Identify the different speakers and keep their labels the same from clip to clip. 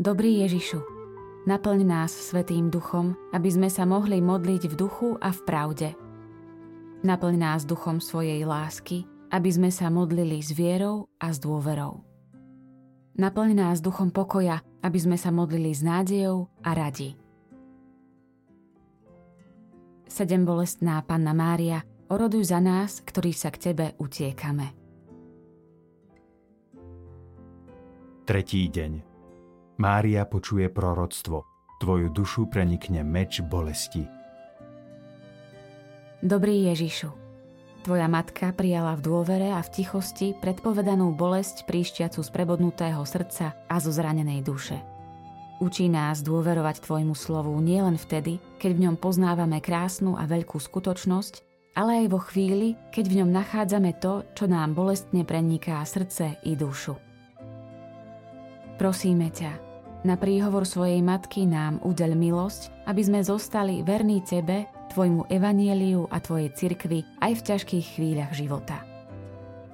Speaker 1: Dobrý Ježišu, naplň nás Svetým Duchom, aby sme sa mohli modliť v duchu a v pravde. Naplň nás duchom svojej lásky, aby sme sa modlili s vierou a s dôverou. Naplň nás duchom pokoja, aby sme sa modlili s nádejou a radi. Sedem bolestná Panna Mária, oroduj za nás, ktorí sa k Tebe utiekame.
Speaker 2: Tretí deň. Mária počuje proroctvo. Tvoju dušu prenikne meč bolesti.
Speaker 1: Dobrý Ježišu, Tvoja matka prijala v dôvere a v tichosti predpovedanú bolesť príšťacu z prebodnutého srdca a zo zranenej duše. Učí nás dôverovať Tvojmu slovu nielen vtedy, keď v ňom poznávame krásnu a veľkú skutočnosť, ale aj vo chvíli, keď v ňom nachádzame to, čo nám bolestne preniká srdce i dušu. Prosíme ťa, na príhovor svojej matky nám udeľ milosť, aby sme zostali verní Tebe Tvojmu evanieliu a Tvojej cirkvi aj v ťažkých chvíľach života.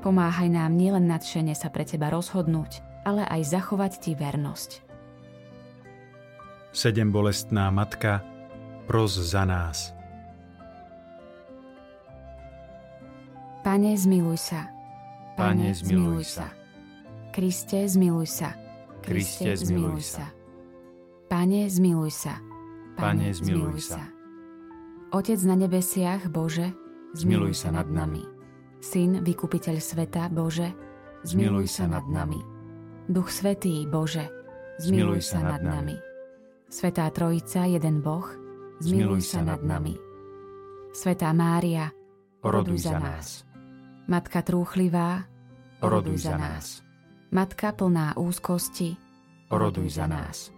Speaker 1: Pomáhaj nám nielen nadšene sa pre Teba rozhodnúť, ale aj zachovať Ti vernosť.
Speaker 2: Sedem bolestná matka, pros za nás.
Speaker 1: Pane, zmiluj sa.
Speaker 2: Pane, zmiluj sa.
Speaker 1: Kriste, zmiluj sa.
Speaker 2: Kriste, zmiluj sa.
Speaker 1: Pane, zmiluj sa.
Speaker 2: Pane, zmiluj sa.
Speaker 1: Otec na nebesiach, Bože,
Speaker 2: Zmiluj sa nad nami.
Speaker 1: Syn, vykupiteľ sveta, Bože,
Speaker 2: Zmiluj sa nad nami.
Speaker 1: Duch Svetý, Bože,
Speaker 2: Zmiluj sa nad nami.
Speaker 1: Svetá Trojica, jeden Boh,
Speaker 2: Zmiluj sa nad nami.
Speaker 1: Svetá Mária,
Speaker 2: Oroduj za nás.
Speaker 1: Matka trúchlivá,
Speaker 2: Oroduj za nás.
Speaker 1: Matka plná úzkosti,
Speaker 2: Oroduj za nás.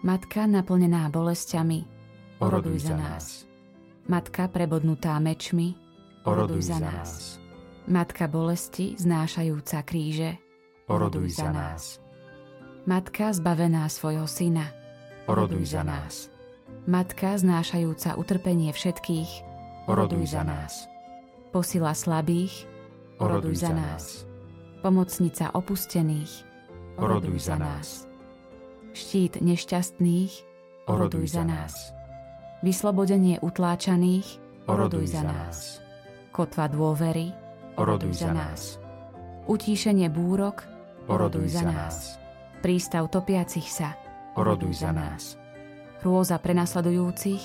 Speaker 1: Matka naplnená bolestiami,
Speaker 2: Oroduj za nás.
Speaker 1: Matka prebodnutá mečmi,
Speaker 2: Oroduj za nás.
Speaker 1: Matka bolesti znášajúca kríže,
Speaker 2: Oroduj za nás.
Speaker 1: Matka zbavená svojho syna,
Speaker 2: Oroduj za nás.
Speaker 1: Matka znášajúca utrpenie všetkých,
Speaker 2: Oroduj za nás.
Speaker 1: posila slabých,
Speaker 2: Oroduj za nás.
Speaker 1: pomocnica opustených,
Speaker 2: Oroduj za nás.
Speaker 1: štít nešťastných,
Speaker 2: Oroduj za nás.
Speaker 1: vyslobodenie utláčaných,
Speaker 2: Oroduj za nás.
Speaker 1: kotva dôvery,
Speaker 2: Oroduj za nás.
Speaker 1: utíšenie búrok,
Speaker 2: Oroduj za nás.
Speaker 1: prístav topiacich sa,
Speaker 2: Oroduj za nás.
Speaker 1: hrôza prenasledujúcich,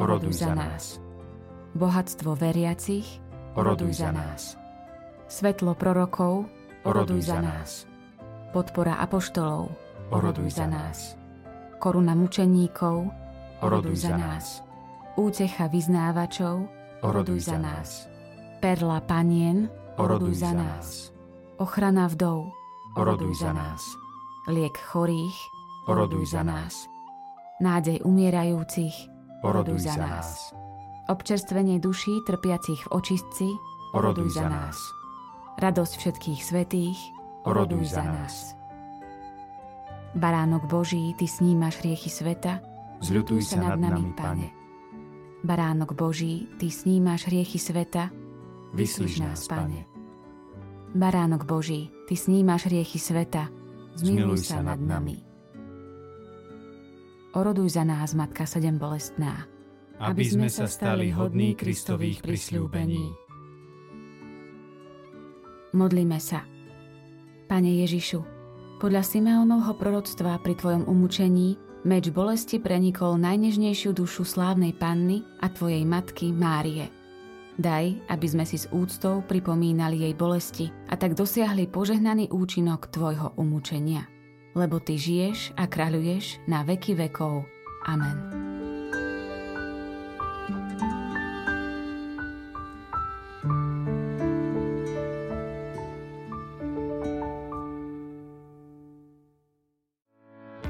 Speaker 2: Oroduj za nás.
Speaker 1: bohatstvo veriacich,
Speaker 2: Oroduj za nás.
Speaker 1: svetlo prorokov,
Speaker 2: Oroduj za nás.
Speaker 1: podpora apoštolov,
Speaker 2: Oroduj za nás.
Speaker 1: koruna mučeníkov,
Speaker 2: Oroduj za nás.
Speaker 1: útecha vyznávačov,
Speaker 2: Oroduj za nás.
Speaker 1: perla panien,
Speaker 2: Oroduj za nás.
Speaker 1: ochrana vdov,
Speaker 2: Oroduj za nás.
Speaker 1: liek chorých,
Speaker 2: Oroduj za nás.
Speaker 1: nádej umierajúcich,
Speaker 2: Oroduj za nás.
Speaker 1: občerstvenie duší trpiacich v očistci,
Speaker 2: Oroduj za nás.
Speaker 1: radosť všetkých svetých,
Speaker 2: Oroduj za nás.
Speaker 1: Baránok Boží, Ty snímaš riechy sveta,
Speaker 2: Zľutuj sa nad nami, Pane.
Speaker 1: Baránok Boží, Ty snímaš riechy sveta,
Speaker 2: Vyslíš nás, Pane.
Speaker 1: Baránok Boží, Ty snímaš riechy sveta,
Speaker 2: Zmiluj sa nad nami.
Speaker 1: Oroduj za nás, Matka Sedem Bolestná.
Speaker 3: aby sme sa stali hodní Kristových prisľúbení.
Speaker 1: Modlíme sa. Pane Ježišu, podľa Simeonovho proroctva pri Tvojom umúčení meč bolesti prenikol najnežnejšiu dušu slávnej panny a Tvojej matky Márie. Daj, aby sme si s úctou pripomínali jej bolesti a tak dosiahli požehnaný účinok Tvojho umúčenia. Lebo Ty žiješ a kráľuješ na veky vekov. Amen.